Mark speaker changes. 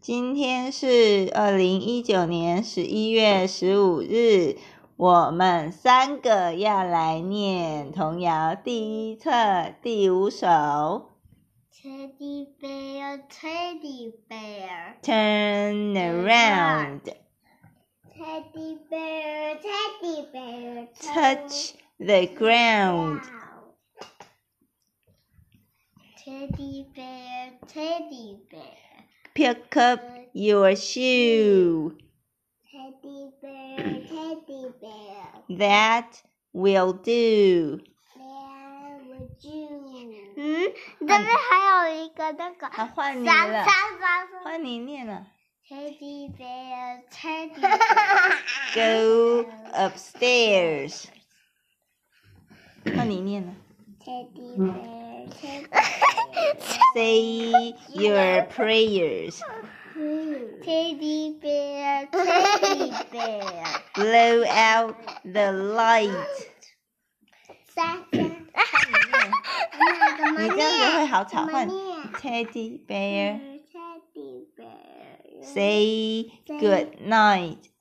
Speaker 1: 今天是二零一九年十一月十五日，我们三个要来念童谣第一册第五首《
Speaker 2: Teddy bear, teddy bear,
Speaker 1: Turn Around
Speaker 2: teddy bear, teddy bear,
Speaker 1: Touch the Ground》。
Speaker 2: Teddy bear, teddy bear,
Speaker 1: Pick up your shoe.
Speaker 2: teddy bear, teddy bear,
Speaker 1: That will do.
Speaker 2: where would you?
Speaker 1: 嗯，
Speaker 2: 这边还有一个那个
Speaker 1: 好，换你
Speaker 2: 三
Speaker 1: 了
Speaker 2: 三，三三
Speaker 1: 换你念了。
Speaker 2: Teddy bear, teddy bear,
Speaker 1: Go upstairs. 换你念了。
Speaker 2: teddy bear, teddy bear.
Speaker 1: Say your prayers.
Speaker 2: Teddy bear, teddy bear.
Speaker 1: Blow out the light.
Speaker 2: 三声。那怎么
Speaker 1: 你这样子会好吵。换
Speaker 2: 怎么念
Speaker 1: Teddy bear.
Speaker 2: Teddy bear.
Speaker 1: Say good night.